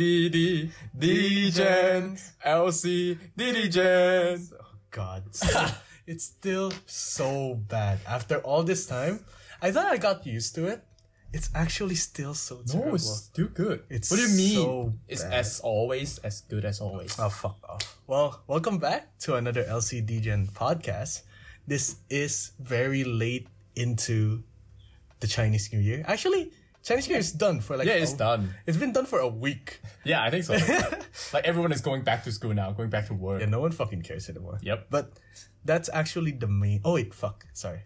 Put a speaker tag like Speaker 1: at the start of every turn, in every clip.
Speaker 1: DDD, Diligent, LC, Diligent.
Speaker 2: Oh God, it's still so bad. After all this time, I thought I got used to it. It's actually still so terrible.
Speaker 1: No, it's still good.
Speaker 2: It's
Speaker 1: what do you mean?
Speaker 2: so
Speaker 1: it's
Speaker 2: bad.
Speaker 1: as always, as good as always.
Speaker 2: Oh, fuck off. Well, welcome back to another LCD Gen podcast. This is very late into the Chinese New Year. Actually, Chinese New Year is done for like
Speaker 1: Yeah, it's
Speaker 2: a-
Speaker 1: done.
Speaker 2: It's been done for a week.
Speaker 1: Yeah, I think so. like everyone is going back to school now, going back to work.
Speaker 2: Yeah, no one fucking cares anymore.
Speaker 1: Yep.
Speaker 2: But that's actually the main. Oh wait, fuck. Sorry.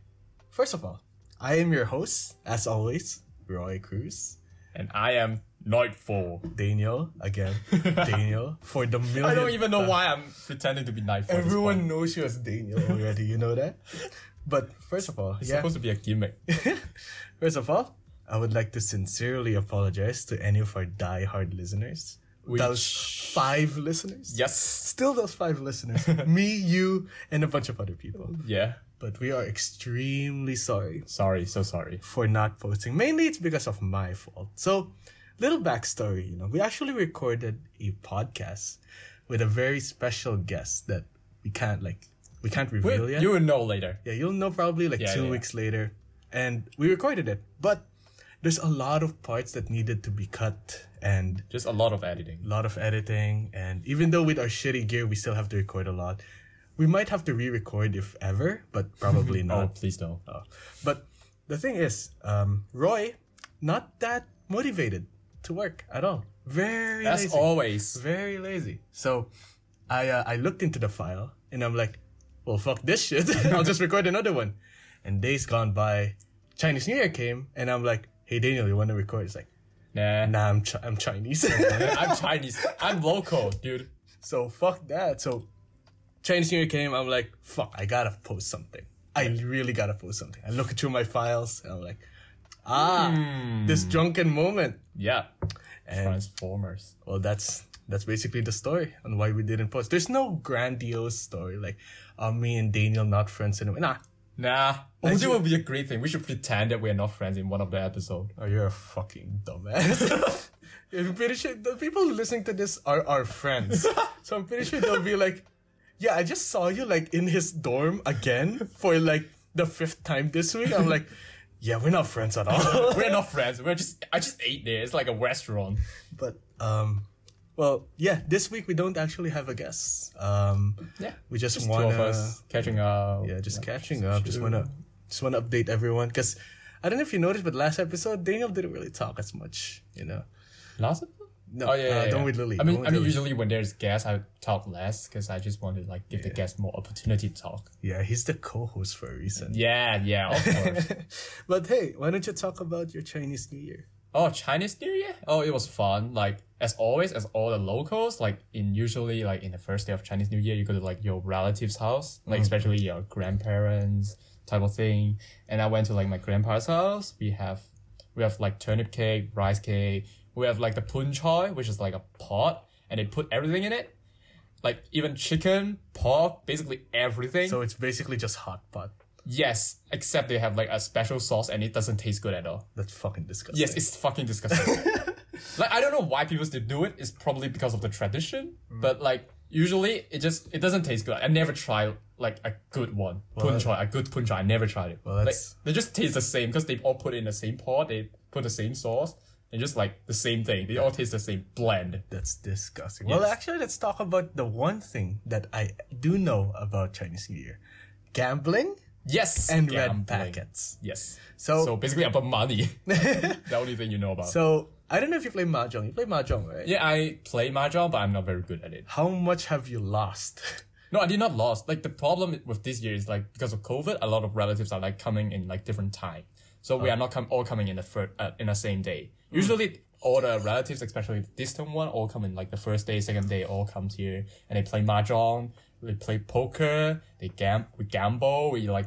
Speaker 2: First of all, I am your host, as always, Roy Cruz.
Speaker 1: And I am Nightfall.
Speaker 2: Daniel again. Daniel for the million.
Speaker 1: I don't even know why I'm pretending to be Nightfall. at this
Speaker 2: Everyone
Speaker 1: point.
Speaker 2: knows you as Daniel already. You know that. But first of all,
Speaker 1: It's
Speaker 2: yeah.
Speaker 1: supposed to be a gimmick.
Speaker 2: First of all, I would like to sincerely apologize to any of our die-hard listeners. Those five listeners.
Speaker 1: yes.
Speaker 2: Still those five listeners. Me, you, and a bunch of other people.
Speaker 1: Yeah.
Speaker 2: But we are extremely sorry
Speaker 1: Sorry, so sorry.
Speaker 2: for not posting. Mainly it's because of my fault. So, little backstory, you know, we actually recorded a podcast with a very special guest that we can't like we can't reveal
Speaker 1: Wait,
Speaker 2: yet.
Speaker 1: you will know later.
Speaker 2: yeah, you'll know probably like
Speaker 1: Yeah,
Speaker 2: two
Speaker 1: yeah.
Speaker 2: weeks later. And we recorded it. But there's a lot of parts that needed to be cut and
Speaker 1: Just a lot of editing.
Speaker 2: a lot of editing and even though with our shitty gear we still have to record a lot. We might have to re-record if ever, but probably not.
Speaker 1: Oh, please no.
Speaker 2: But the thing is, um, Roy, not that motivated to work at all. Very
Speaker 1: As
Speaker 2: lazy.
Speaker 1: always.
Speaker 2: Very lazy. So I uh, I looked into the file and I'm like, well, fuck this shit. I'll just record another one. And days gone by, Chinese New Year came, and I'm like, hey Daniel, you want to record? It's like,
Speaker 1: Nah.
Speaker 2: nah, I'm chi- I'm Chinese.
Speaker 1: I'm Chinese. I'm local, dude.
Speaker 2: so fuck that. So Chinese New Year came. I'm like, fuck, I gotta post something. I really gotta post something. I look through my files and I'm like, ah, this drunken moment.
Speaker 1: Yeah.
Speaker 2: And-
Speaker 1: Transformers.
Speaker 2: well that's that's basically the story on why we didn't post there's no grandiose story like uh, me and daniel not friends anymore nah
Speaker 1: Nah. I think it would be a great thing. We should pretend that we're not friends in one of the episodes.
Speaker 2: oh you're a fucking dumbass i'm pretty sure the people listening to this are our friends so i'm pretty sure they'll be like yeah i just saw you like in his dorm again for like the fifth time this week i'm like yeah we're not friends at all
Speaker 1: we're not friends. We're just I just ate there. It's like a restaurant.
Speaker 2: but um well yeah this week we don't actually have a guest um
Speaker 1: Yeah.
Speaker 2: we just,
Speaker 1: Just
Speaker 2: want
Speaker 1: two of us catching up.
Speaker 2: Yeah, just catching up. Just wanna just wanna update everyone because I don't know if you noticed, but last episode Daniel didn't really talk as much. You know,
Speaker 1: Last episode?
Speaker 2: No,
Speaker 1: Oh yeah, yeah,
Speaker 2: uh,
Speaker 1: yeah.
Speaker 2: don't with Lily,
Speaker 1: I mean,
Speaker 2: don't with
Speaker 1: I mean,
Speaker 2: Lily.
Speaker 1: usually when there's guests, I talk less because I just want to like give the guests more opportunity to talk.
Speaker 2: yeah, he's the co-host for a reason.
Speaker 1: Yeah, yeah, of course.
Speaker 2: But hey, why don't you talk about your Chinese New Year?
Speaker 1: Oh, Chinese New Year? Oh, it was fun. Like as always, as all the locals, like in usually like in the first day of Chinese New Year, you go to like your relatives' house, like especially your grandparents type of thing. And I went to like my grandpa's house. We have we have like turnip cake, rice cake. We have like the pun choy, which is like a pot, and they put everything in it, like even chicken, pork, basically everything.
Speaker 2: So it's basically just hot pot.
Speaker 1: yes, except they have like a special sauce, and it doesn't taste good at all.
Speaker 2: That's fucking disgusting.
Speaker 1: Yes, it's fucking disgusting. like I don't know why people still do it. It's probably because of the tradition,
Speaker 2: Mm.
Speaker 1: but like usually it just it doesn't taste good. I never tried like a good one, pun choy, a good pun choy. I never tried it. like,
Speaker 2: that's-
Speaker 1: they just taste the same because they all put it in the same pot. They put the same sauce and just like the same thing. They all taste the same blend.
Speaker 2: That's disgusting. Well, actually, let's talk about the one thing that I do know about Chinese New Year: gambling
Speaker 1: Yes,
Speaker 2: and
Speaker 1: gambling.
Speaker 2: red packets.
Speaker 1: Yes.
Speaker 2: So-
Speaker 1: so basically about money. the only thing you know about.
Speaker 2: So I don't know if you play mahjong. You play mahjong, right?
Speaker 1: yeah, I play mahjong, but I'm not very good at it.
Speaker 2: How much have you lost?
Speaker 1: No, I did not lost. Like the problem with this year is like because of COVID, a lot of relatives are like coming in like different time, so we are not com- all coming in the first uh, in the same day.
Speaker 2: Mm.
Speaker 1: Usually, all the relatives, especially the distant one, all come in like the first day, second day, all comes here and they play mahjong, they play poker, they gam we gamble, we like.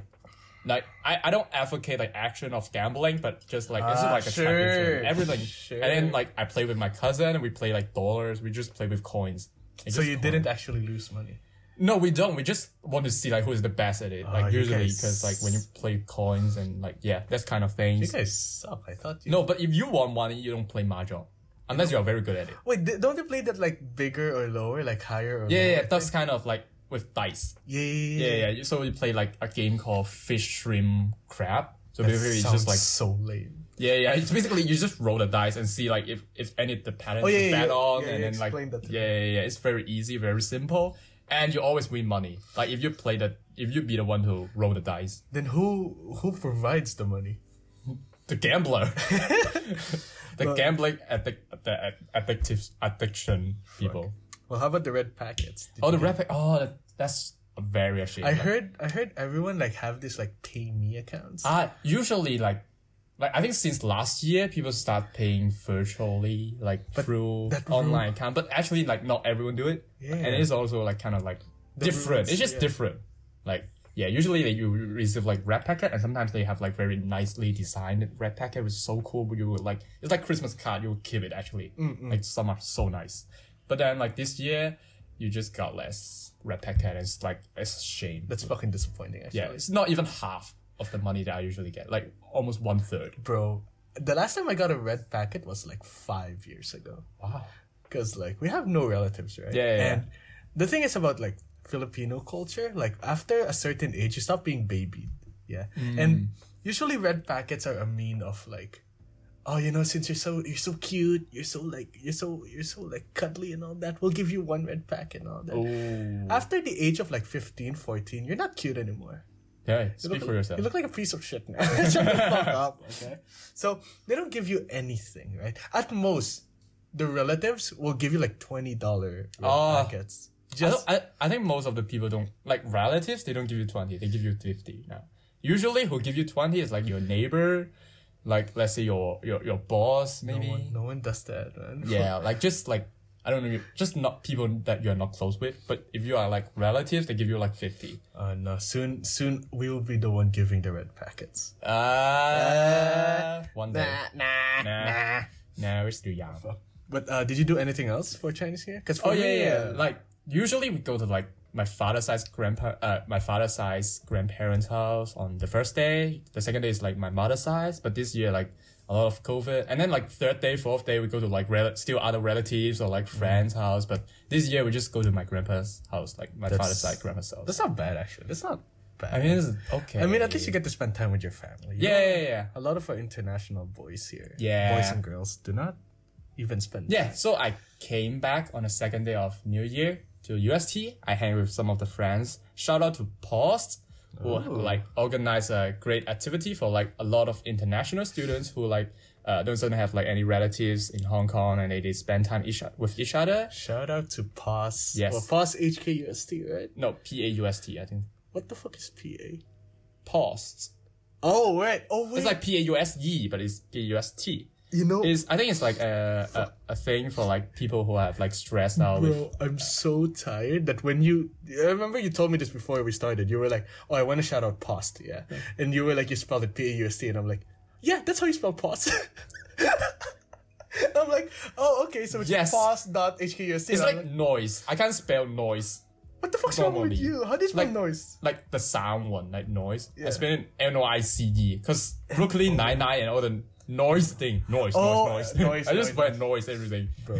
Speaker 1: Like I, I don't advocate like action of gambling, but just like it's just
Speaker 2: Ah,
Speaker 1: like a
Speaker 2: sure,
Speaker 1: championship, everything.
Speaker 2: sure.
Speaker 1: And then like I play with my cousin, we play like dollars, we just play with coins. It's
Speaker 2: So
Speaker 1: just
Speaker 2: you
Speaker 1: coins.
Speaker 2: didn't actually lose money.
Speaker 1: No, we don't. We just want to see like who is the best at it. Like
Speaker 2: Oh, you
Speaker 1: usually,
Speaker 2: guys-
Speaker 1: because like when you play coins and like yeah, that's kind of things.
Speaker 2: You guys suck. I thought you.
Speaker 1: No, but if you want money, you don't play mahjong. unless you are very good at it.
Speaker 2: Wait, th- don't they play that like bigger or lower, like higher or
Speaker 1: Yeah,
Speaker 2: lower?
Speaker 1: yeah, yeah, that's kind of like with dice.
Speaker 2: yeah, yeah, yeah.
Speaker 1: Yeah, yeah. you- So you play like a game called Fish, Shrimp, Crab. So basically, it's
Speaker 2: Sounds
Speaker 1: just like
Speaker 2: so lame.
Speaker 1: yeah, yeah. It's basically you just roll the dice and see like if if any of the patterns
Speaker 2: Oh, yeah,
Speaker 1: you
Speaker 2: yeah,
Speaker 1: bet
Speaker 2: yeah.
Speaker 1: on,
Speaker 2: Yeah,
Speaker 1: and
Speaker 2: you
Speaker 1: then like
Speaker 2: explained that to me.
Speaker 1: yeah, yeah, yeah. It's very easy, very simple, and you always win money. Like if you play the if you be the one who roll the dice,
Speaker 2: Then who who provides the money?
Speaker 1: the gambler, the gambling addic- the ad- addictive addiction people.
Speaker 2: Well, how about the red packets? Did
Speaker 1: Oh,
Speaker 2: you
Speaker 1: the
Speaker 2: get-
Speaker 1: rapid. Oh, that, that's a very actually.
Speaker 2: I
Speaker 1: like-
Speaker 2: heard I heard everyone like have this like pay me accounts.
Speaker 1: Uh, usually like like I think since last year people start paying virtually like through
Speaker 2: that
Speaker 1: online account, but actually like not everyone do it.
Speaker 2: Yeah.
Speaker 1: And it's also like kind of like different.
Speaker 2: rules,
Speaker 1: it's just
Speaker 2: yeah.
Speaker 1: different. Like yeah, usually like, you receive like red packet and sometimes they have like very nicely designed red packet which is so cool but you would like it's like Christmas card, you would keep it actually. Like some are so nice. But then like this year you just got less red packet it's like it's a shame.
Speaker 2: That's fucking disappointing. Actually.
Speaker 1: Yeah, it's not even half of the money that I usually get. Like almost one third.
Speaker 2: bro. The last time I got a red packet was like five years ago.
Speaker 1: Wow.
Speaker 2: Because like we have no relatives, right?
Speaker 1: Yeah, yeah, yeah.
Speaker 2: And the thing is about like Filipino culture, like after a certain age, you stop being babied. Yeah.
Speaker 1: Mm.
Speaker 2: And usually red packets are a mean of like, oh, you know, since you're so you're so cute, you're so like you're so you're so like cuddly and all that, we'll give you one red packet and all that.
Speaker 1: Oh.
Speaker 2: After the age of like 15, 14, you're not cute anymore.
Speaker 1: Yeah,
Speaker 2: You
Speaker 1: speak
Speaker 2: look-
Speaker 1: for yourself.
Speaker 2: You look like a piece of shit now. Shut the fuck up, okay? So they don't give you anything, right? At most, the relatives will give you like twenty dollar
Speaker 1: Oh.
Speaker 2: packets.
Speaker 1: I,
Speaker 2: Just
Speaker 1: don't- I, I think most of the people don't like relatives. They don't give you twenty. They give you fifty now. Usually, who give you twenty is like your neighbor, like let's say your your, your boss maybe.
Speaker 2: no one, no one does that, man.
Speaker 1: Yeah, like just like I don't know, just not people that you're not close with. But if you are like relatives, they give you like fifty.
Speaker 2: Uh, no. Soon, soon we will be the one giving the red packets.
Speaker 1: Uh, one day.
Speaker 2: nah,
Speaker 1: Nah. No, it's too young.
Speaker 2: But uh, did you do anything else for uh, Chinese here? Because
Speaker 1: Oh yeah, yeah, yeah. Like usually we go to like my father's side's grandpa, uh, my father's side's grandparents' house on the first day. The second day is like my mother's side's, but this year like a lot of COVID, and then like third day, fourth day we go to like rel- still other relatives or
Speaker 2: Mm.
Speaker 1: like friends' house. But this year we just go to my grandpa's house, like my father's side grandpa's house.
Speaker 2: that's not bad actually. That's not bad.
Speaker 1: I mean, it's okay.
Speaker 2: I mean, at least you get to spend time with your family. You
Speaker 1: yeah, yeah, yeah, yeah.
Speaker 2: A lot of our international boys here,
Speaker 1: Yeah.
Speaker 2: boys and girls, do not even spend.
Speaker 1: Yeah, so I came back on the second day of New Year to UST. I hang with some of the friends. Shout out to Post, who like organize a great activity for like a lot of international students who like uh, don't don't have like any relatives in Hong Kong and they, they spend time each with each other.
Speaker 2: Shout out to POS.
Speaker 1: Yes.
Speaker 2: Well, POS HKUST, right?
Speaker 1: No, P A U S T. I think
Speaker 2: What the fuck is PA?
Speaker 1: Post.
Speaker 2: Oh, right. Oh, wait.
Speaker 1: It's like P A U S E, but it's P A U S T.
Speaker 2: you know,
Speaker 1: Is I think it's like a, a a thing for like people who have like stressed out with
Speaker 2: bro, I'm so tired that when you. I remember you told me this before we started. You were like, oh, I want to shout out POS, yeah? And you were like, you spelled it P-A-U-S-T, and I'm like, yeah, that's how you spell POS. I'm like, oh, okay, so it's
Speaker 1: Yes.
Speaker 2: POS dot
Speaker 1: It's
Speaker 2: HKUST. And I'm
Speaker 1: like noise. I can't spell noise.
Speaker 2: what the fuck's wrong with
Speaker 1: normally.
Speaker 2: you? How do you spell
Speaker 1: Like-
Speaker 2: noise?
Speaker 1: like the sound one, like noise.
Speaker 2: Yeah.
Speaker 1: I spell it N O I C E because Brooklyn Nine Nine and all the noise thing, noise,
Speaker 2: Oh,
Speaker 1: noise,
Speaker 2: uh,
Speaker 1: noise.
Speaker 2: noise,
Speaker 1: I just
Speaker 2: noise,
Speaker 1: spell noise everything.
Speaker 2: Bro.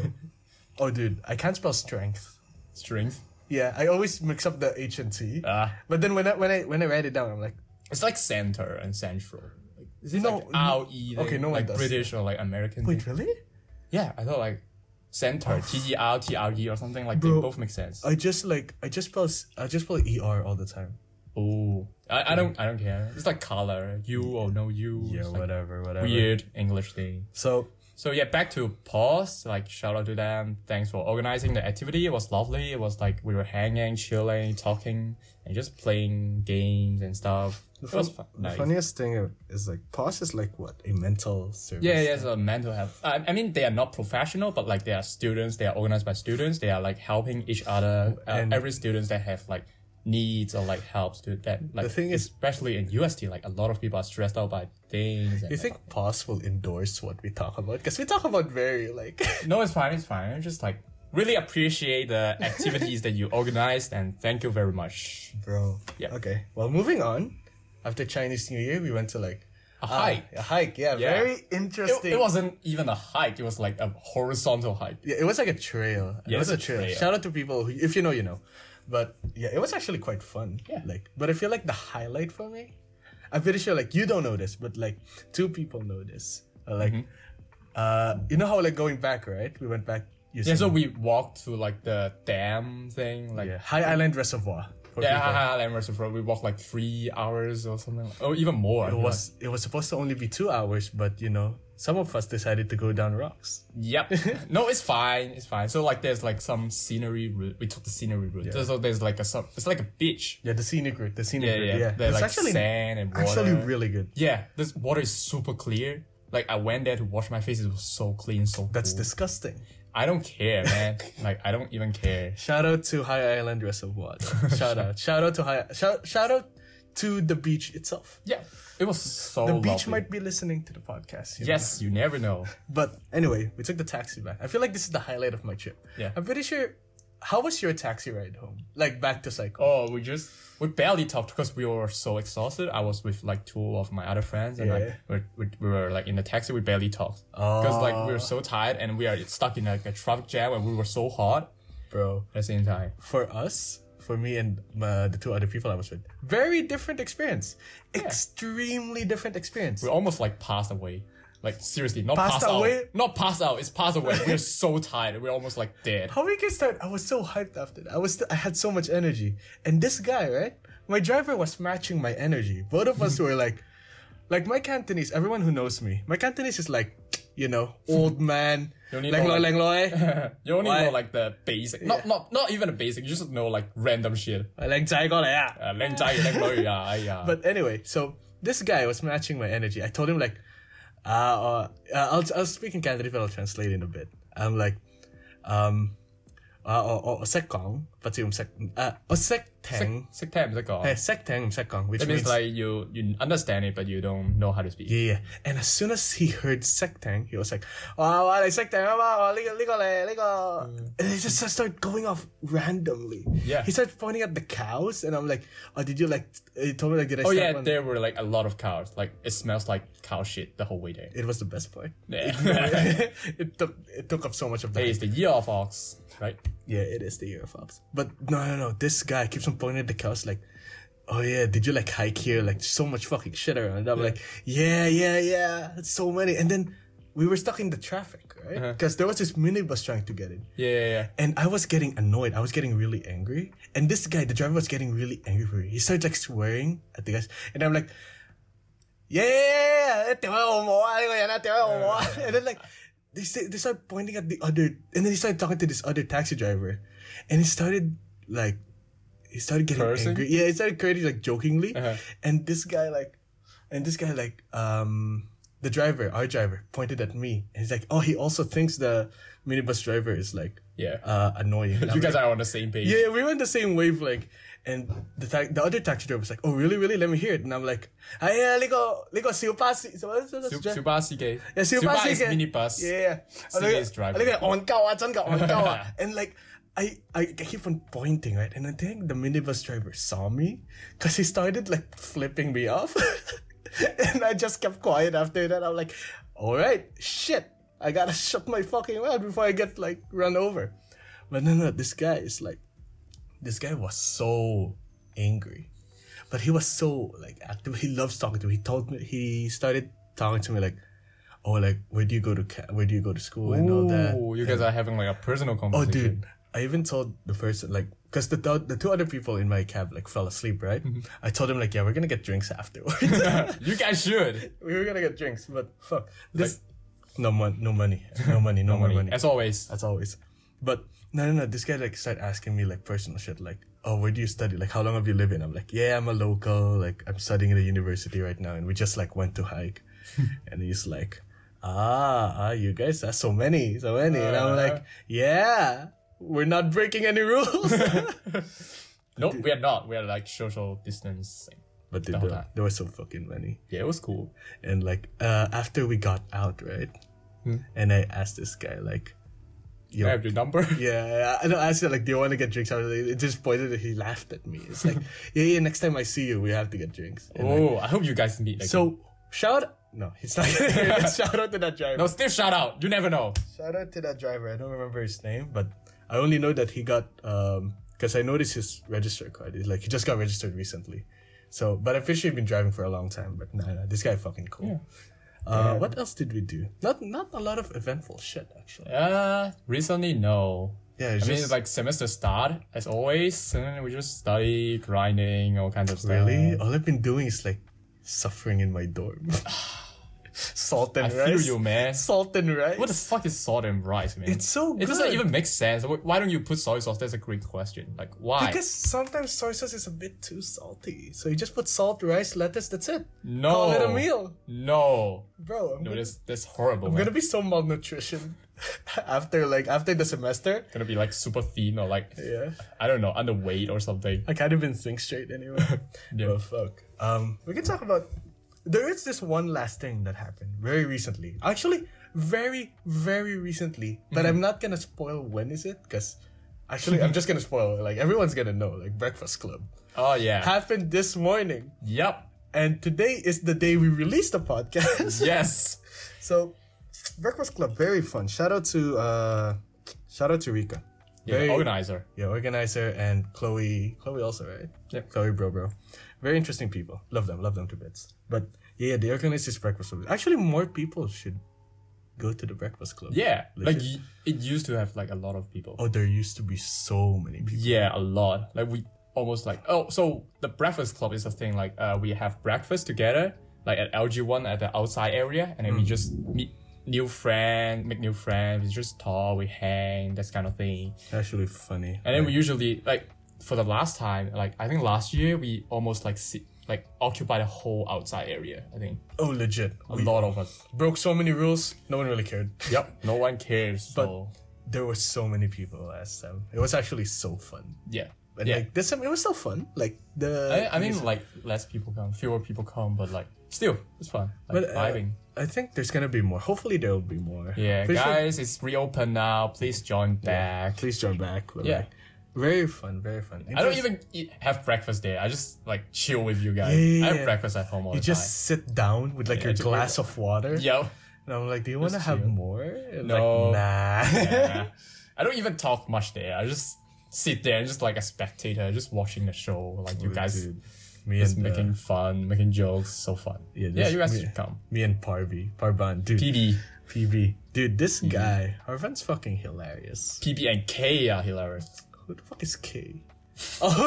Speaker 2: oh, dude, I can't spell strength.
Speaker 1: Strength.
Speaker 2: Yeah, I always mix up the H and T.
Speaker 1: Ah.
Speaker 2: but then when I when I when I write it down, I'm like,
Speaker 1: It's like center and central. Like, is it
Speaker 2: No,
Speaker 1: like
Speaker 2: no-
Speaker 1: R E?
Speaker 2: okay, no one
Speaker 1: like
Speaker 2: does.
Speaker 1: British or like American.
Speaker 2: wait,
Speaker 1: thing?
Speaker 2: really?
Speaker 1: Yeah, I thought like center, T E R T R E or something like they
Speaker 2: Oh. Bro, Uh,
Speaker 1: both make sense.
Speaker 2: I just like I just spell s- I just spell ER all the time.
Speaker 1: oh, I, I don't I don't care. It's like color, U or no U. it's like
Speaker 2: whatever, whatever.
Speaker 1: weird English thing.
Speaker 2: So
Speaker 1: So yeah, back to pause. Like shout out to them. Thanks for organizing the activity. It was lovely. It was like we were hanging, chilling, talking, and just playing games and stuff. It was fun.
Speaker 2: the
Speaker 1: Nice.
Speaker 2: funniest thing is like POS is like what a mental service.
Speaker 1: Yeah, yeah, it's a mental health. Uh, I, I mean, they are not professional, but like they are students. They are organized by students. They are like helping each other. Uh,
Speaker 2: And-
Speaker 1: every students that have like needs or like helps to that. Like
Speaker 2: The thing is-
Speaker 1: especially in UST, like a lot of people are stressed out by things. And,
Speaker 2: You think POS will endorse what we talk about? Because we talk about very like
Speaker 1: No, it's fine. It's fine. I just like really appreciate the activities that you organized, and thank you very much.
Speaker 2: bro.
Speaker 1: Yeah.
Speaker 2: Okay. Well, moving on. After Chinese New Year, we went to like
Speaker 1: A hike.
Speaker 2: A hike, yeah,
Speaker 1: Yeah.
Speaker 2: very
Speaker 1: it,
Speaker 2: interesting.
Speaker 1: it wasn't even a hike. It was like a horizontal hike.
Speaker 2: Yeah, it was like a trail.
Speaker 1: Yeah,
Speaker 2: it was a
Speaker 1: it's a
Speaker 2: trail.
Speaker 1: trail.
Speaker 2: Shout out to people who, if you know, you know. But yeah, it was actually quite fun.
Speaker 1: Yeah.
Speaker 2: Like, but I feel like the highlight for me, I'm pretty sure like you don't know this, but like two people know this. Uh, Like, uh, you know how like going back, right? We went back.
Speaker 1: Mm-hmm. Yeah, so we walked to like the dam thing, like
Speaker 2: yeah, High Island Reservoir. for
Speaker 1: Yeah, uh-huh.
Speaker 2: people.
Speaker 1: Haha Land Reservoir. We walked like three hours or something, or even more.
Speaker 2: It was it was supposed to only be two hours, but you know, some of us decided to go down rocks.
Speaker 1: Yep. no, it's fine. It's fine. So like, there's like some scenery route. We took the scenery route. So, so there's like a some. It's like a beach.
Speaker 2: Yeah, the scenic route, the scenic
Speaker 1: Yeah,
Speaker 2: route.
Speaker 1: yeah.
Speaker 2: Yeah,
Speaker 1: There's
Speaker 2: it's
Speaker 1: like
Speaker 2: actually
Speaker 1: sand and water.
Speaker 2: actually really good.
Speaker 1: yeah, this water is super clear. Like I went there to wash my face. It was so clean, so
Speaker 2: That's
Speaker 1: cool.
Speaker 2: disgusting.
Speaker 1: I don't care, man. like I don't even care.
Speaker 2: Shout out to High Island Reservoir. though. shout out. Shout out to High shout, shout out to the beach itself.
Speaker 1: Yeah, it was so.
Speaker 2: The beach
Speaker 1: Oh, lovely.
Speaker 2: might be listening to the podcast. you know.
Speaker 1: Yes, you never know.
Speaker 2: But anyway, we took the taxi back. I feel like this is the highlight of my trip.
Speaker 1: Yeah.
Speaker 2: I'm pretty sure how was your taxi ride home? Like back to cycle.
Speaker 1: Oh, we just we barely talked because we were so exhausted. I was with like two of my other friends, and like
Speaker 2: Yeah.
Speaker 1: we're, we, we were like in the taxi. We barely talked because like we
Speaker 2: Ah.
Speaker 1: were so tired and we are stuck in like a traffic jam, and we were so hot
Speaker 2: bro.
Speaker 1: at the same time.
Speaker 2: For us, for me and uh, the two other people I was with, very different experience. Extremely different experience.
Speaker 1: We almost like passed away. Like seriously, not
Speaker 2: Passed
Speaker 1: passed
Speaker 2: away?
Speaker 1: out, not passed out. It's passed away. we're so tired. We're almost like dead.
Speaker 2: How we get started? I was so hyped after that. I was I had so much energy, and this guy, right? My driver was matching my energy. Both of us were like, like my Cantonese. Everyone who knows me, my Cantonese is like, you know, old man,
Speaker 1: You need
Speaker 2: lang
Speaker 1: more
Speaker 2: loy lang loy,
Speaker 1: You only
Speaker 2: Why?
Speaker 1: know like the basic, not not not even the basic. You just know like random shit.
Speaker 2: lang zai go lei ah.
Speaker 1: Uh, 靓仔，靓女啊，哎呀。
Speaker 2: But anyway, so this guy was matching my energy. I told him like, uh, uh, uh, I'll I'll speak in Cantonese, but I'll translate in a bit. I'm like, um, uh, oh, oh, sek kong, but you sek, uh, oh, sek tang,
Speaker 1: 識聽唔識講。
Speaker 2: eh, sek tang, sek kong, which
Speaker 1: It means
Speaker 2: means
Speaker 1: like you you understand it, but you don't know how to speak.
Speaker 2: Yeah, yeah. And as soon as he heard Sectang, he was like, "Oh, "Wow, wow, like Sectang, wow, wow, like, like, like, eh, And he just started going off randomly.
Speaker 1: Mm. Yeah.
Speaker 2: He started pointing at the cows, and I'm like, "Oh, did you like?" He told me like, "Did I?"
Speaker 1: Oh
Speaker 2: step
Speaker 1: yeah,
Speaker 2: on-
Speaker 1: there were like a lot of cows. Like it smells like cow shit the whole way there.
Speaker 2: It was the best part.
Speaker 1: Yeah.
Speaker 2: it took it took up so much of the.
Speaker 1: Hey, it's the year of ox, right?
Speaker 2: Yeah, it is the year of ops. But no, no, no. This guy keeps on pointing at the cows like, oh yeah, did you like hike here? Like so much fucking shit around. And I'm like, yeah, yeah, yeah. It's so many. And then we were stuck in the traffic, right? Because there was this minibus trying to get in.
Speaker 1: Yeah, yeah, yeah.
Speaker 2: And I was getting annoyed. I was getting really angry. And this guy, the driver, was getting really angry. He started like swearing at the guys. And I'm like, yeah, yeah, yeah, yeah, 屌你老母啊，呢個人啊，屌你老母啊。And then like, they, sta- they started pointing at the other, and then he started talking to this other taxi driver. And he started like, he started getting
Speaker 1: Cursing?
Speaker 2: angry. Yeah, he started cursing like jokingly.
Speaker 1: Uh-huh.
Speaker 2: And this guy like, and this guy like, um, the driver, our driver, pointed at me. And he's like, oh, he also thinks the minibus driver is like,
Speaker 1: Yeah.
Speaker 2: uh, annoying. And I'm
Speaker 1: you guys
Speaker 2: like,
Speaker 1: are on the same page.
Speaker 2: yeah, we were on the same wavelength. And the ta- the other taxi driver was like, "Oh, really, really? Let me hear it." And I'm like, "Hey, uh, yeah, Ligo, Ligo, Siupasi,
Speaker 1: Su- Suba Sige.
Speaker 2: yeah,
Speaker 1: Suba
Speaker 2: Siupasi
Speaker 1: is minibus.
Speaker 2: Yeah,
Speaker 1: Serious driver.
Speaker 2: on kawa, on kawa, and like. I, I I keep on pointing, right? And I think the minibus driver saw me because he started like flipping me off. and I just kept quiet after that. I'm like, all right, shit. I gotta shut my fucking mouth before I get like run over. But no, no, this guy is like, this guy was so angry, but he was so like active. He loves talking to me. He told me he started talking to me like, oh, like where do you go to ca- where do you go to school and all that.
Speaker 1: Ooh, you guys are having like a personal
Speaker 2: Oh,
Speaker 1: conversation.
Speaker 2: dude, I even told the person like, cause the th- the two other people in my cab like fell asleep, right? I told him like, yeah, we're gonna get drinks afterwards.
Speaker 1: you guys should.
Speaker 2: we were gonna get drinks, but fuck, this no mon- no money, no money, no, more money.
Speaker 1: As always.
Speaker 2: as always. But no, no, no. This guy like started asking me like personal shit, like, oh, where do you study? Like, how long have you lived in? I'm like, yeah, I'm a local. Like, I'm studying at a university right now, and we just like went to hike, and he's like, ah, ah, you guys, that's so many, so many, and I'm like, yeah, we're not breaking any rules.
Speaker 1: No, we are not. We are like social distancing.
Speaker 2: but dude,
Speaker 1: Don't
Speaker 2: there,
Speaker 1: lie.
Speaker 2: there were so fucking many.
Speaker 1: Yeah, it was cool.
Speaker 2: and like uh, after we got out, right? And I asked this guy like,
Speaker 1: I
Speaker 2: "Yo,
Speaker 1: have your number.
Speaker 2: yeah." I don't ask him like, "Do you want to get drinks?" I was like, it just pointed. and He laughed at me. It's like, "Yeah, yeah." Next time I see you, we have to get drinks. And
Speaker 1: Oh, I hope you guys meet. Like,
Speaker 2: so Shout no, he's not gonna hear this. Shout out to that driver.
Speaker 1: No, still shout out. You never know.
Speaker 2: Shout out to that driver. I don't remember his name, but I only know that he got um because I noticed his register card. It's like he just got registered recently. So, but I've actually been driving for a long time. But nah, nah this guy fucking cool. Uh, What else did we do? Not not a lot of eventful shit actually.
Speaker 1: Uh, recently, no.
Speaker 2: Yeah,
Speaker 1: I
Speaker 2: it's
Speaker 1: mean,
Speaker 2: just-
Speaker 1: like semester start as always, and then we just study, grinding, all kinds of stuff.
Speaker 2: Really, all I've been doing is like suffering in my dorm. Salt and
Speaker 1: I
Speaker 2: rice.
Speaker 1: feel you, man.
Speaker 2: Salt and rice.
Speaker 1: What the fuck is salt and rice, man?
Speaker 2: It's so
Speaker 1: It doesn't
Speaker 2: good.
Speaker 1: even make sense. Wh- Why don't you put soy sauce? That's a great question. Like, why?
Speaker 2: Because sometimes soy sauce is a bit too salty. So you just put salt, rice, lettuce, that's it.
Speaker 1: no.
Speaker 2: Call it a meal.
Speaker 1: No.
Speaker 2: Bro, I'm
Speaker 1: No,
Speaker 2: gonna,
Speaker 1: that's, that's horrible,
Speaker 2: I'm
Speaker 1: man.
Speaker 2: gonna be so malnutrition after like after the semester.
Speaker 1: gonna be like super thin or like
Speaker 2: Yeah.
Speaker 1: I don't know underweight or something.
Speaker 2: I can't even think straight anyway.
Speaker 1: Yeah.
Speaker 2: Oh fuck. Um we can talk about there is this one last thing that happened very recently. Actually, very, very recently.
Speaker 1: Mm-hmm.
Speaker 2: But I'm not gonna spoil when is it, because actually I'm just gonna spoil like everyone's gonna know, like Breakfast Club.
Speaker 1: Oh yeah.
Speaker 2: Happened this morning.
Speaker 1: yep.
Speaker 2: And today is the day we release the podcast.
Speaker 1: Yes.
Speaker 2: So, Breakfast Club, very fun. Shout out to uh, shout out to Rika,
Speaker 1: Yeah, Oh,
Speaker 2: Very-
Speaker 1: organizer.
Speaker 2: yeah, organizer, and Chloe, Chloe also, right?
Speaker 1: Yep.
Speaker 2: Chloe, bro, bro, very interesting people. Love them, love them to bits. But yeah, they organize this Breakfast Club. Actually, more people should go to the Breakfast Club.
Speaker 1: Yeah. Like
Speaker 2: Legit.
Speaker 1: y- it used to have like a lot of people.
Speaker 2: Oh, there used to be so many people.
Speaker 1: Yeah, a lot. Like we almost like oh, so the breakfast club is a thing. Like uh, we have breakfast together, like at LG One at the outside area, and then
Speaker 2: Mm.
Speaker 1: we just meet new friends, make new friends. We just talk, we hang, that kind of thing.
Speaker 2: Actually, funny.
Speaker 1: And then we usually like for the last time, like I think last year we almost like sit, like occupy the whole outside area. I think
Speaker 2: oh, legit,
Speaker 1: a
Speaker 2: we
Speaker 1: lot of us.
Speaker 2: broke so many rules. No one really cared.
Speaker 1: Yep. No one cares.
Speaker 2: But-
Speaker 1: so
Speaker 2: There were so many people last time. It was actually so fun.
Speaker 1: yeah.
Speaker 2: And
Speaker 1: yeah.
Speaker 2: like this time, it was still fun. Like the
Speaker 1: I, I mean, like less people come, fewer people come, but like still, it's fun. Like
Speaker 2: But, uh,
Speaker 1: vibing.
Speaker 2: I think there's gonna be more. Hopefully, there will be more.
Speaker 1: Yeah,
Speaker 2: Please join-
Speaker 1: guys, it's reopened now. Please join back.
Speaker 2: please join back. We're
Speaker 1: Yeah.
Speaker 2: back. very fun, very fun.
Speaker 1: I don't even eat, have breakfast there. I just like chill with you guys.
Speaker 2: Yeah,
Speaker 1: I
Speaker 2: yeah.
Speaker 1: have breakfast at home all
Speaker 2: You
Speaker 1: the
Speaker 2: just sit down with like your
Speaker 1: just-
Speaker 2: glass of water.
Speaker 1: time. Yo,
Speaker 2: And I'm like, do you want to have
Speaker 1: chill.
Speaker 2: more? And
Speaker 1: No.
Speaker 2: Like, nah.
Speaker 1: yeah. I don't even talk much there. I just sit there and just like a spectator, just watching the show. Like you guys
Speaker 2: Dude, me
Speaker 1: just
Speaker 2: and uh,
Speaker 1: making fun, making jokes, so fun.
Speaker 2: Yeah,
Speaker 1: Yeah,
Speaker 2: this-
Speaker 1: you guys
Speaker 2: we-
Speaker 1: should come.
Speaker 2: me and Parvi, Parban, dude,
Speaker 1: PB,
Speaker 2: PB, dude, this guy, Parvan's fucking hilarious.
Speaker 1: PB and K are hilarious.
Speaker 2: Who the fuck is K?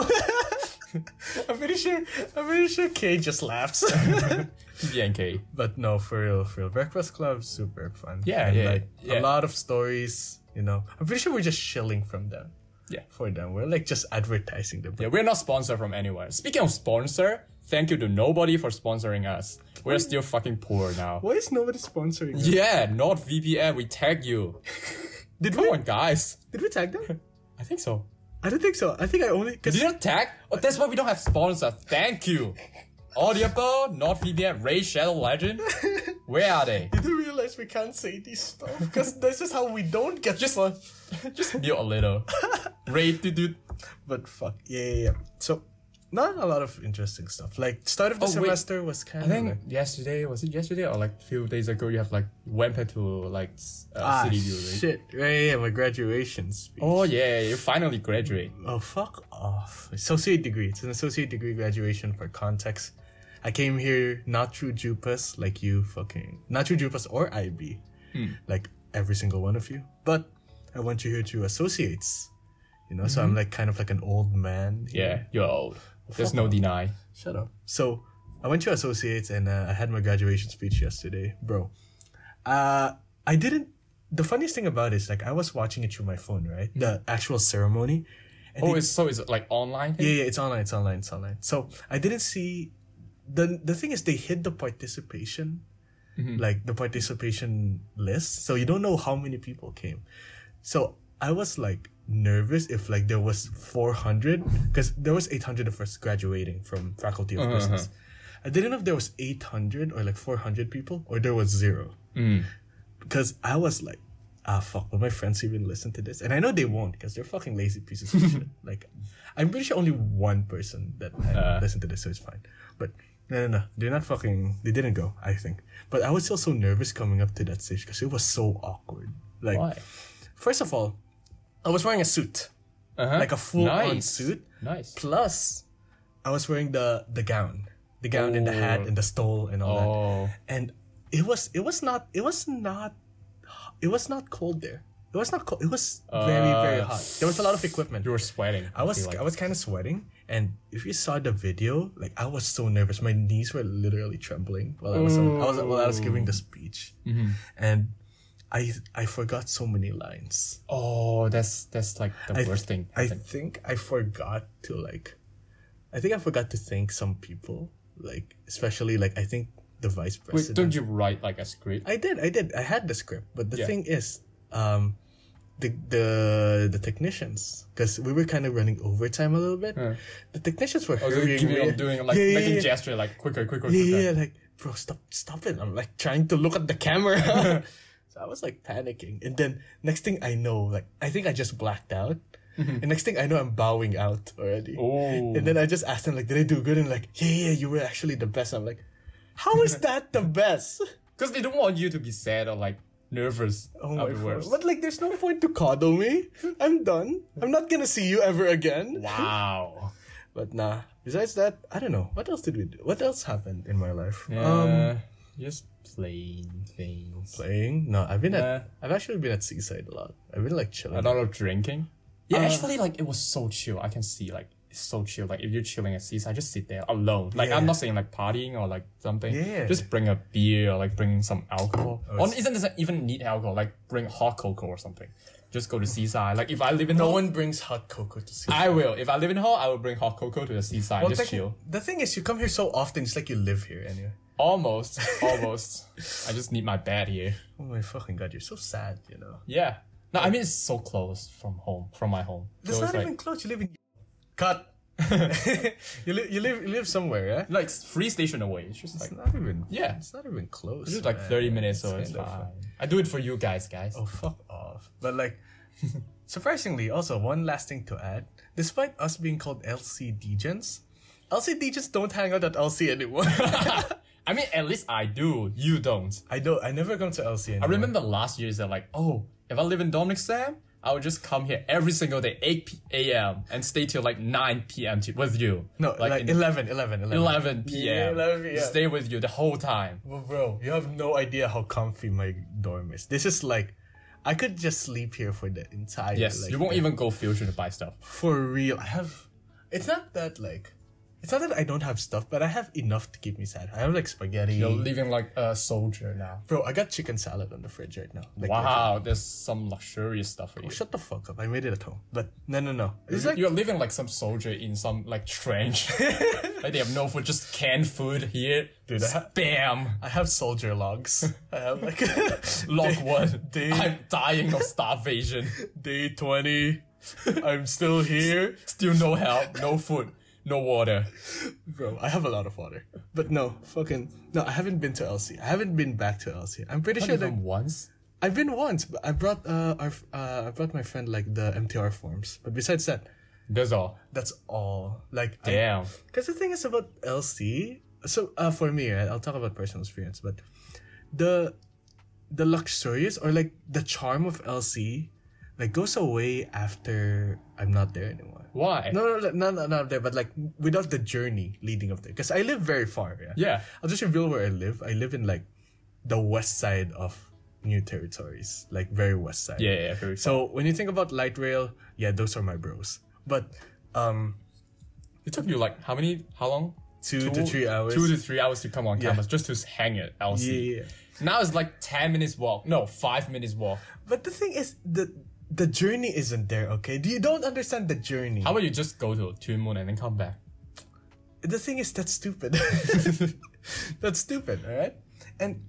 Speaker 2: Oh, I'm pretty sure. I'm pretty sure K just laughs.
Speaker 1: PB and K.
Speaker 2: but no, for real, for real, Breakfast Club super fun.
Speaker 1: Yeah,
Speaker 2: And,
Speaker 1: yeah,
Speaker 2: like,
Speaker 1: yeah.
Speaker 2: A lot of stories. You know, I'm pretty sure we're just shilling from them.
Speaker 1: Yeah.
Speaker 2: For them, we're like just advertising them.
Speaker 1: Yeah, we're not sponsored from anywhere. Speaking of sponsor, thank you to nobody for sponsoring us. We're still fucking poor now.
Speaker 2: Why is nobody sponsoring? us?
Speaker 1: Yeah, NordVPN, we tag you.
Speaker 2: Did
Speaker 1: Come
Speaker 2: we?
Speaker 1: on, guys.
Speaker 2: Did we tag them?
Speaker 1: I think so.
Speaker 2: I don't think so. I think I only.
Speaker 1: Did
Speaker 2: Cause,
Speaker 1: you not tag? Oh, that's why we don't have sponsor. Thank you. Audible, NordVPN, Ray Shadow Legend. Where are they?
Speaker 2: did you realize we can't say these stuff? Because this is how we don't get
Speaker 1: Just-
Speaker 2: spon-
Speaker 1: Just mute a little. Ray, dude, dude.
Speaker 2: But fuck, yeah, yeah, yeah. So, not a lot of interesting stuff. Like start of the
Speaker 1: Oh, wait.
Speaker 2: semester was kind
Speaker 1: I
Speaker 2: of
Speaker 1: think yesterday, was it yesterday or like a few days ago, you have like went to like s- uh,
Speaker 2: ah
Speaker 1: City View, right?
Speaker 2: shit, yeah, yeah, yeah, my graduation speech.
Speaker 1: Oh, yeah, you finally graduate.
Speaker 2: Oh, fuck off. Associate degree. It's an associate degree graduation for context. I came here not through Jupas, like you fucking. Not through Jupas or IB,
Speaker 1: Hmm.
Speaker 2: like every single one of you. But I went you here to associates, you know? So I'm like kind of like an old man. here.
Speaker 1: Mm-hmm. Yeah, you're old. There's no deny.
Speaker 2: Shut up. So I went to associates and uh, I had my graduation speech yesterday, bro. Uh, I didn't. The funniest thing about it is like I was watching it through my phone, right? The actual ceremony.
Speaker 1: Hmm.
Speaker 2: And
Speaker 1: Oh,
Speaker 2: they-
Speaker 1: it's, so it's like online? thing?
Speaker 2: yeah, yeah, it's online, it's online, it's online. So I didn't see the the thing is they hid the participation, like the participation list. So you don't know how many people came. So I was like nervous if like there was 400 because there was 800 of us graduating from faculty of business. I didn't know if there was 800 or like 400 people or there was zero because I was like, ah, fuck, will my friends even listen to this? And I know they won't because they're fucking lazy pieces of shit. Like, I'm pretty sure only one person that I listened to this, so it's fine. But No, no, no. They're not fucking. They didn't go, I think. But I was still so nervous coming up to that stage because it was so awkward. Like,
Speaker 1: Why?
Speaker 2: first of all, I was wearing a suit,
Speaker 1: Uh-huh.
Speaker 2: like a full on
Speaker 1: Nice.
Speaker 2: suit.
Speaker 1: Nice.
Speaker 2: Plus, I was wearing the the gown, the gown and the hat and the stole and all that.
Speaker 1: Oh.
Speaker 2: And it was it was not it was not it was not cold there. It was not cold. It was very very
Speaker 1: Uh,
Speaker 2: hot. There was a lot of equipment.
Speaker 1: You were sweating.
Speaker 2: I was
Speaker 1: feel like.
Speaker 2: I was kind of sweating, and if you saw the video, like I was so nervous, my knees were literally trembling while I was on, I was while I was giving the speech,
Speaker 1: Mm-hmm.
Speaker 2: and I I forgot so many lines.
Speaker 1: Oh, that's that's like the
Speaker 2: I,
Speaker 1: worst thing.
Speaker 2: I think I forgot to like, I think I forgot to thank some people, like especially like I think the vice
Speaker 1: Wait,
Speaker 2: president.
Speaker 1: don't you write like a script?
Speaker 2: I did, I did, I had the script, but the
Speaker 1: Yeah.
Speaker 2: thing is, um, the the the technicians, because we were kind of running overtime a little bit. The technicians
Speaker 1: I
Speaker 2: were
Speaker 1: was like,
Speaker 2: hurrying.
Speaker 1: Oh, giving
Speaker 2: me-
Speaker 1: up, doing like
Speaker 2: yeah, yeah,
Speaker 1: making
Speaker 2: yeah.
Speaker 1: gesture, like quicker, quicker,
Speaker 2: Yeah,
Speaker 1: quicker.
Speaker 2: yeah, like bro, stop, stop it! I'm like trying to look at the camera. so I was like panicking, and then next thing I know, like I think I just blacked out. And next thing I know, I'm bowing out already.
Speaker 1: Mm-hmm. Oh.
Speaker 2: And then I just asked them like, "Did I do good?" And like, "Yeah, yeah, you were actually the best." I'm like, "How is that the best?"
Speaker 1: Because they don't want you to be sad or like nervous
Speaker 2: Oh my
Speaker 1: afterwards.
Speaker 2: god. But like there's no point to coddle me. I'm done. I'm not gonna see you ever again.
Speaker 1: Wow.
Speaker 2: But nah. Besides that, I don't know. What else did we do? What else happened in my life? Um
Speaker 1: Uh, just plain things.
Speaker 2: playing? No, I've been
Speaker 1: Uh,
Speaker 2: at I've actually been at Seaside a lot. I've been like
Speaker 1: A
Speaker 2: chilling.
Speaker 1: lot of drinking.
Speaker 2: Uh,
Speaker 1: Yeah, actually, like it was so chill. I can see like it's so chill. Like if you're chilling at seaside, just sit there alone. Like I'm
Speaker 2: Yeah.
Speaker 1: not saying like partying or like something.
Speaker 2: Yeah. Oh,
Speaker 1: Just bring a beer or like bring some alcohol. Or isn't doesn't even need alcohol. Like bring hot cocoa or something. Just go to seaside. Like if I live in
Speaker 2: No
Speaker 1: Hall,
Speaker 2: one brings hot cocoa to Seaside.
Speaker 1: I will. If I live in Hall, I will bring hot cocoa to the seaside.
Speaker 2: Well,
Speaker 1: just
Speaker 2: techni-
Speaker 1: chill.
Speaker 2: The thing is you come here so often, it's like you live here anyway.
Speaker 1: Almost, almost. I just need my bed here.
Speaker 2: Oh my fucking god, you're so sad, you know.
Speaker 1: Yeah. No, I mean it's so close from home, from my home. So
Speaker 2: That's
Speaker 1: it's
Speaker 2: not
Speaker 1: like,
Speaker 2: even close, you live in Cut you, li- you live you live somewhere, yeah?
Speaker 1: like free station away. It's just like
Speaker 2: It's not even
Speaker 1: Yeah.
Speaker 2: It's not even close.
Speaker 1: It's like
Speaker 2: man.
Speaker 1: 30 minutes, so
Speaker 2: It's
Speaker 1: it's
Speaker 2: kind of
Speaker 1: fine. I do it for you guys, guys.
Speaker 2: Oh, fuck off. But like, surprisingly, also, one last thing to add. Despite us being called LC Degens, LC Degens don't hang out at LC anymore.
Speaker 1: I mean, at least I do. You don't.
Speaker 2: I don't, I never come to LC anymore.
Speaker 1: I remember last year, they're like, oh, if I live in Dominic Sam, I would just come here every single day, 8 p- a.m., and stay till like 9 p.m. to- with you.
Speaker 2: No, like,
Speaker 1: in
Speaker 2: 11, 11, 11.
Speaker 1: 11 p.m.
Speaker 2: Yeah, 11 p.m.
Speaker 1: Stay with you the whole time.
Speaker 2: Well, bro, you have no idea how comfy my dorm is. This is like, I could just sleep here for the entire
Speaker 1: Yes,
Speaker 2: like,
Speaker 1: you won't e- even go future to buy stuff.
Speaker 2: For real, I have. It's not that like. It's not that I don't have stuff, but I have enough to keep me sad. I have like spaghetti.
Speaker 1: You're living like a soldier now.
Speaker 2: Bro, I got chicken salad on the fridge right now. Like,
Speaker 1: Wow, there's some luxurious stuff for you.
Speaker 2: Shut the fuck up. I made it at home. But no, no, no. It's
Speaker 1: You're-
Speaker 2: like,
Speaker 1: You're living like some soldier in some like trench. like they have no food, just canned food here.
Speaker 2: Dude, I ha-
Speaker 1: spam.
Speaker 2: I have soldier logs. I have like
Speaker 1: Log one.
Speaker 2: day-
Speaker 1: I'm dying of starvation.
Speaker 2: day 20. I'm still here.
Speaker 1: Still no help, no food, no water.
Speaker 2: Bro, I have a lot of water. But no, fucking. No, I haven't been to LC. I haven't been back to LC. I'm pretty sure that.
Speaker 1: Even once.
Speaker 2: I've been once, but I brought uh, our, f- uh, I brought my friend like the MTR forms. But besides that,
Speaker 1: That's all.
Speaker 2: that's all. Like, I-
Speaker 1: Damn.
Speaker 2: Because the thing is about LC. So uh, for me, right, I'll talk about personal experience, but the the luxurious or like the charm of LC like goes away after I'm not there anymore.
Speaker 1: Why?
Speaker 2: No, no, no, no, no, not there, but like without the journey leading up there. Because I live very far. Yeah?
Speaker 1: Yeah.
Speaker 2: I'll just reveal where I live. I live in like the west side of New Territories, like very west side.
Speaker 1: Yeah, yeah, very
Speaker 2: So when you think about light rail, yeah, those are my bros. But um,
Speaker 1: It took you like how many? How long?
Speaker 2: Two to three hours.
Speaker 1: Two to three hours to come on campus just to hang it. LC.
Speaker 2: yeah, yeah.
Speaker 1: Now it's like ten minutes walk. No, five minutes walk.
Speaker 2: But the thing is, the the journey isn't there. Okay, Do you don't understand the journey.
Speaker 1: How about you just go to Tuen Moon and then come back?
Speaker 2: the thing is, that's stupid. that's stupid. All right. And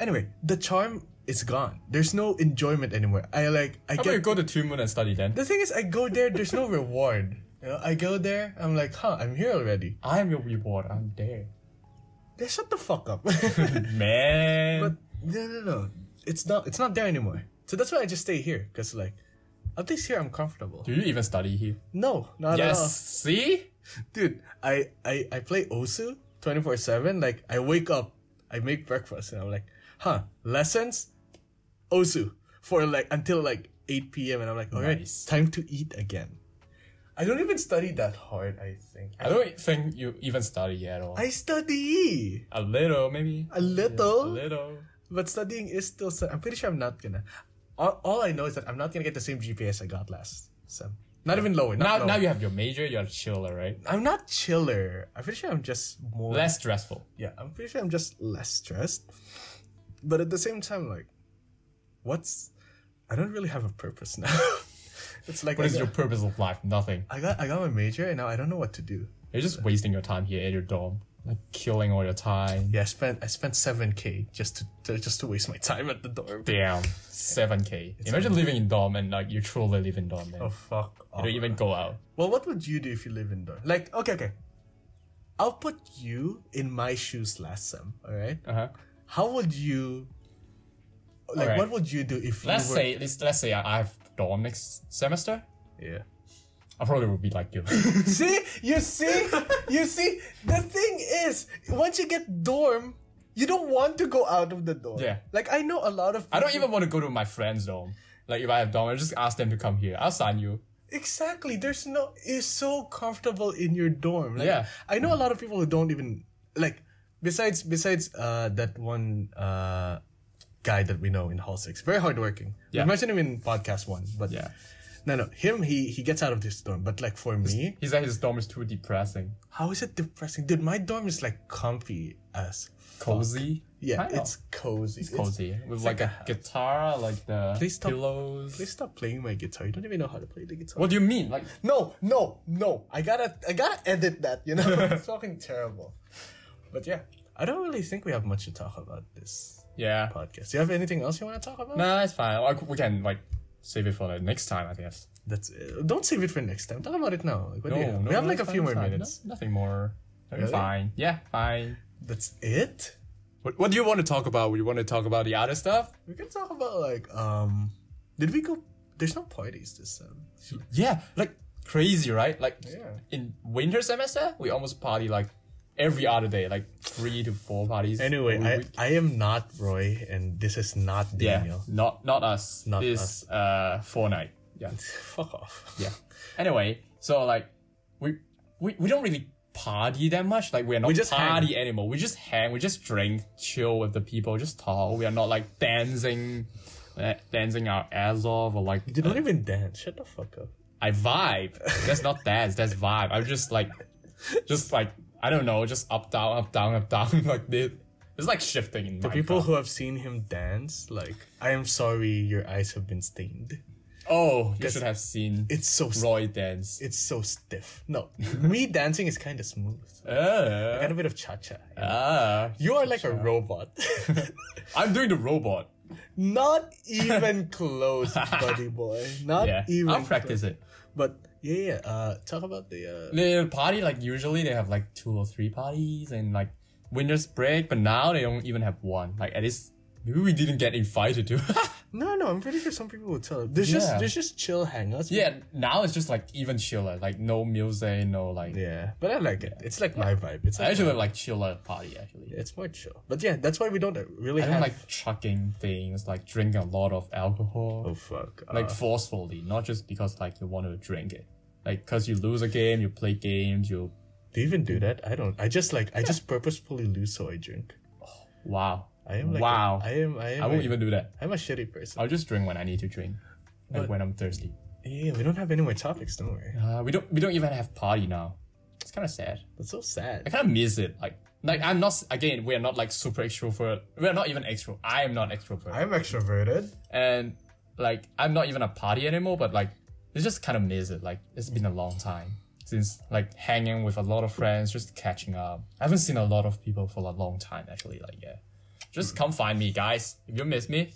Speaker 2: anyway, the charm is gone. There's no enjoyment anymore. I like. I
Speaker 1: How about you
Speaker 2: get.
Speaker 1: go to Tuen Moon and study then?
Speaker 2: the thing is, I go there. There's no reward. You know, I go there. I'm like, huh. I'm here already.
Speaker 1: I am your reward. I'm there.
Speaker 2: Yeah, shut the fuck up.
Speaker 1: Man.
Speaker 2: But no, no, no. It's not. It's not there anymore. So that's why I just stay here. Cause like, at least here I'm comfortable.
Speaker 1: Do you even study here?
Speaker 2: No, not at all.
Speaker 1: Yes. See?
Speaker 2: Dude, I, I I play Osu 24 7. Like, I wake up, I make breakfast, and I'm like, huh, lessons? Osu. For like, until like 8 p.m. And I'm like, all right,
Speaker 1: Nice.
Speaker 2: time to eat again. I don't even study that hard, I think.
Speaker 1: I don't think you even study at all.
Speaker 2: I study!
Speaker 1: A little, maybe.
Speaker 2: A little?
Speaker 1: A little.
Speaker 2: But studying is still. stu- I'm pretty sure I'm not gonna. All, all I know is that I'm not gonna get the same GPS I got last sem. Not even lower. Not
Speaker 1: Now,
Speaker 2: lower.
Speaker 1: now you have your major. You're a chiller, right?
Speaker 2: I'm not chiller. I'm pretty sure I'm just more.
Speaker 1: Less stressful.
Speaker 2: Yeah, I'm pretty sure I'm just less stressed. But at the same time, like, what's? I don't really have a purpose now. it's like
Speaker 1: What
Speaker 2: I,
Speaker 1: is
Speaker 2: got,
Speaker 1: your purpose of life? Nothing.
Speaker 2: I got I got my major and now I don't know what to do.
Speaker 1: You're just wasting your time here at your dorm, like killing all your time.
Speaker 2: Yeah, I spent I spent seven k just to, to just to waste my time at the dorm.
Speaker 1: Damn, seven k. Imagine living in dorm and like you truly live in dorm, man.
Speaker 2: Oh fuck! Off.
Speaker 1: you don't even go out.
Speaker 2: Well, what would you do if you live indoor? Like, okay, okay. I'll put you in my shoes last sem, alright?
Speaker 1: Uh huh.
Speaker 2: How would you like
Speaker 1: Alright.
Speaker 2: what would you do if
Speaker 1: Let's
Speaker 2: you were
Speaker 1: say let's, let's say I I have dorm next semester.
Speaker 2: Yeah.
Speaker 1: I probably would be like you.
Speaker 2: see? You see? You see? The thing is, once you get dorm, you don't want to go out of the dorm.
Speaker 1: Yeah.
Speaker 2: Like I know a lot of
Speaker 1: I don't
Speaker 2: people-
Speaker 1: even want to go to my friend's dorm. Like if I have dorm, I just ask them to come here. I'll sign you.
Speaker 2: Exactly. There's no it's so comfortable in your dorm. Like,
Speaker 1: Yeah.
Speaker 2: I know a lot of people who don't even like besides besides uh that one uh guy that we know in Hall Six. Very hardworking.
Speaker 1: Yeah.
Speaker 2: We mentioned him in podcast one, but
Speaker 1: Yeah.
Speaker 2: No no, him he he gets out of this dorm. But like for me,
Speaker 1: He said his dorm is too depressing,
Speaker 2: how is it depressing? Dude, my dorm is like comfy as
Speaker 1: cozy.
Speaker 2: yeah,
Speaker 1: Kind of.
Speaker 2: it's cozy. It's
Speaker 1: cozy with like,
Speaker 2: like
Speaker 1: a, guitar, like the
Speaker 2: Please stop-
Speaker 1: pillows.
Speaker 2: Please stop playing my guitar. You don't even know how to play the guitar.
Speaker 1: What do you mean? Like
Speaker 2: No, no, no. I gotta I gotta edit that, you know? it's fucking terrible. But yeah. I don't really think we have much to talk about this
Speaker 1: yeah,
Speaker 2: podcast. Do you have anything else you wanna talk about?
Speaker 1: nah, it's fine. Like, we can like save it for the next time, I guess.
Speaker 2: That's it. Don't save it for next time. Talk about it now. Like, what
Speaker 1: No,
Speaker 2: do you have?
Speaker 1: no,
Speaker 2: we have
Speaker 1: no,
Speaker 2: like a
Speaker 1: it's
Speaker 2: few
Speaker 1: fine,
Speaker 2: more
Speaker 1: it's fine.
Speaker 2: minutes.
Speaker 1: No- nothing more. That'll be
Speaker 2: Really?
Speaker 1: Fine. Yeah, fine.
Speaker 2: That's it?
Speaker 1: What, what do you want to talk about? You want to talk about the other stuff?
Speaker 2: We can talk about like um did we go there's no parties this time.
Speaker 1: Yeah, like crazy, right? Like
Speaker 2: Yeah.
Speaker 1: in winter semester, we almost party like every other day, like three to four parties.
Speaker 2: Anyway,
Speaker 1: a
Speaker 2: I,
Speaker 1: week.
Speaker 2: I am not Roy and this is not
Speaker 1: yeah,
Speaker 2: Daniel.
Speaker 1: not not us.
Speaker 2: Not
Speaker 1: this uh fortnight. Yeah,
Speaker 2: Fuck off.
Speaker 1: yeah. Anyway, so like we we we don't really party that much. Like we're not
Speaker 2: We just
Speaker 1: party anymore. We just hang. We just drink, chill with the people, just talk. We are not like dancing. uh, Dancing our ass off, or like
Speaker 2: You don't even dance. Shut the fuck up.
Speaker 1: I vibe. That's not dance. That's vibe. I'm just like, just like I don't know, just up down, up down, up down like this. It's like shifting in the
Speaker 2: People who have seen him dance, like, I am sorry, your eyes have been stained.
Speaker 1: Oh, you should have seen
Speaker 2: It's so st-
Speaker 1: Roy dance.
Speaker 2: it's so stiff. No, me dancing is kind of smooth. I
Speaker 1: Ah,
Speaker 2: got a bit of cha cha.
Speaker 1: ah.
Speaker 2: You are like a robot.
Speaker 1: I'm doing the robot.
Speaker 2: Not even close, buddy boy. Not
Speaker 1: Yeah,
Speaker 2: even.
Speaker 1: I'll practice it.
Speaker 2: close. But yeah, yeah. Uh, talk about the. Uh,
Speaker 1: The party like usually they have like two or three parties and like winter's break, but now they don't even have one. Like at least maybe we didn't get invited to.
Speaker 2: no, no. I'm pretty sure some people will tell. There's just
Speaker 1: Yeah.
Speaker 2: there's just chill hangouts.
Speaker 1: yeah, now it's just like even chiller, like no music, no like.
Speaker 2: Yeah, but I like it. It's like my vibe. It's
Speaker 1: I
Speaker 2: like,
Speaker 1: actually like chiller party actually.
Speaker 2: it's more chill. But yeah, that's why we don't uh, really
Speaker 1: I
Speaker 2: have
Speaker 1: don't like chucking things, like drinking a lot of alcohol,
Speaker 2: Oh fuck. Uh,
Speaker 1: like forcefully, not just because like you want to drink it. Like, cause you lose a game, you play games, you
Speaker 2: Do you even do that? I don't. I just like I just purposefully lose so I drink.
Speaker 1: wow.
Speaker 2: I am like
Speaker 1: wow.
Speaker 2: A, I
Speaker 1: I,
Speaker 2: am. I am.
Speaker 1: won't
Speaker 2: a-
Speaker 1: even do that.
Speaker 2: I'm a shitty person.
Speaker 1: I'll just drink when I need to drink, like when I'm thirsty.
Speaker 2: Yeah, we don't have any more topics. Don't worry.
Speaker 1: Uh, we don't we don't even have party now. It's kind of sad.
Speaker 2: That's so
Speaker 1: I
Speaker 2: sad.
Speaker 1: kind of miss it. Like like I'm not again. We are not like super extrovert. We are not even extrovert. I am not extrovert.
Speaker 2: I'm extroverted.
Speaker 1: and like I'm not even a party anymore, but like I just kind of miss it. Like it's been a long time since like hanging with a lot of friends, just catching up. I haven't seen a lot of people for a long time actually. Like yeah, just come find me, guys. If you miss me,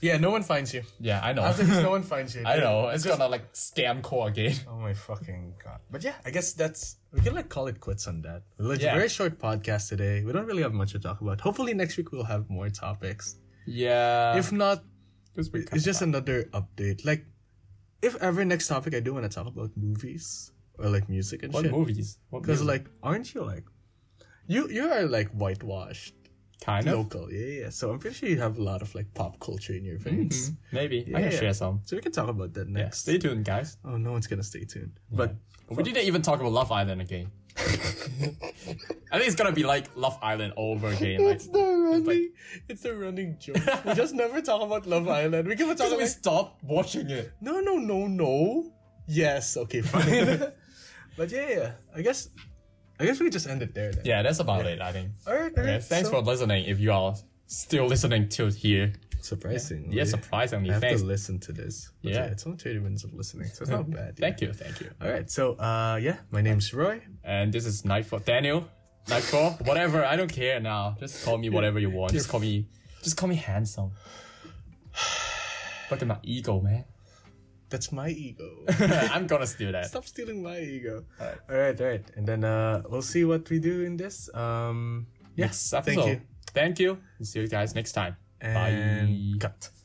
Speaker 2: Yeah, no one finds you.
Speaker 1: yeah, I know.
Speaker 2: After this, no one finds you.
Speaker 1: I know it's gonna like scam call again.
Speaker 2: Oh my fucking god. But yeah, I guess that's we can like call it quits on that. Like,
Speaker 1: Yeah.
Speaker 2: Very short podcast today. We don't really have much to talk about. Hopefully next week we'll have more topics.
Speaker 1: Yeah,
Speaker 2: If not,
Speaker 1: it's
Speaker 2: it's just another update. Like, if ever next topic I do want to talk about movies or like music and
Speaker 1: what
Speaker 2: shit.
Speaker 1: movies? What
Speaker 2: Because
Speaker 1: music?
Speaker 2: like, aren't you like, You you are like whitewashed
Speaker 1: Kind of.
Speaker 2: local, yeah, yeah. So I'm pretty sure you have a lot of like pop culture in your veins.
Speaker 1: Maybe. I can
Speaker 2: Yeah.
Speaker 1: share some.
Speaker 2: So we can talk about that
Speaker 1: Yeah.
Speaker 2: next.
Speaker 1: Stay tuned, guys.
Speaker 2: Oh, no one's gonna stay tuned. But
Speaker 1: We didn't even talk about Love Island again. I think it's gonna be like Love Island over again. Like,
Speaker 2: it's the running, it's the running joke. we just never talk about Love Island. We can talk
Speaker 1: we
Speaker 2: about
Speaker 1: stopped watching it.
Speaker 2: no, no, no, no. Yes, okay, fine. but yeah, yeah. I guess, I guess we could just end it there then.
Speaker 1: Yeah, that's about it. I think.
Speaker 2: All right. All right.
Speaker 1: Yeah, thanks
Speaker 2: so-
Speaker 1: for listening. If you are still listening till here,
Speaker 2: surprising.
Speaker 1: yeah, surprisingly,
Speaker 2: I have
Speaker 1: thanks.
Speaker 2: to listen to this. But
Speaker 1: Yeah.
Speaker 2: it's only 30 minutes of listening, so it's not bad. yeah.
Speaker 1: Thank you, thank you.
Speaker 2: All right, so uh, yeah, my name's Roy.
Speaker 1: And this is Nightfall. Daniel, Nightfall, whatever. I don't care now. Just call me whatever you want. Just call me, just call me handsome. Look at my ego, man.
Speaker 2: That's my ego.
Speaker 1: I'm gonna steal that.
Speaker 2: Stop stealing my ego. All
Speaker 1: right.
Speaker 2: all right, all right, and then uh, we'll see what we do in this. Um, yeah,
Speaker 1: Yes,
Speaker 2: thank you.
Speaker 1: Thank you. See you guys next time.
Speaker 2: And
Speaker 1: Bye.
Speaker 2: cut.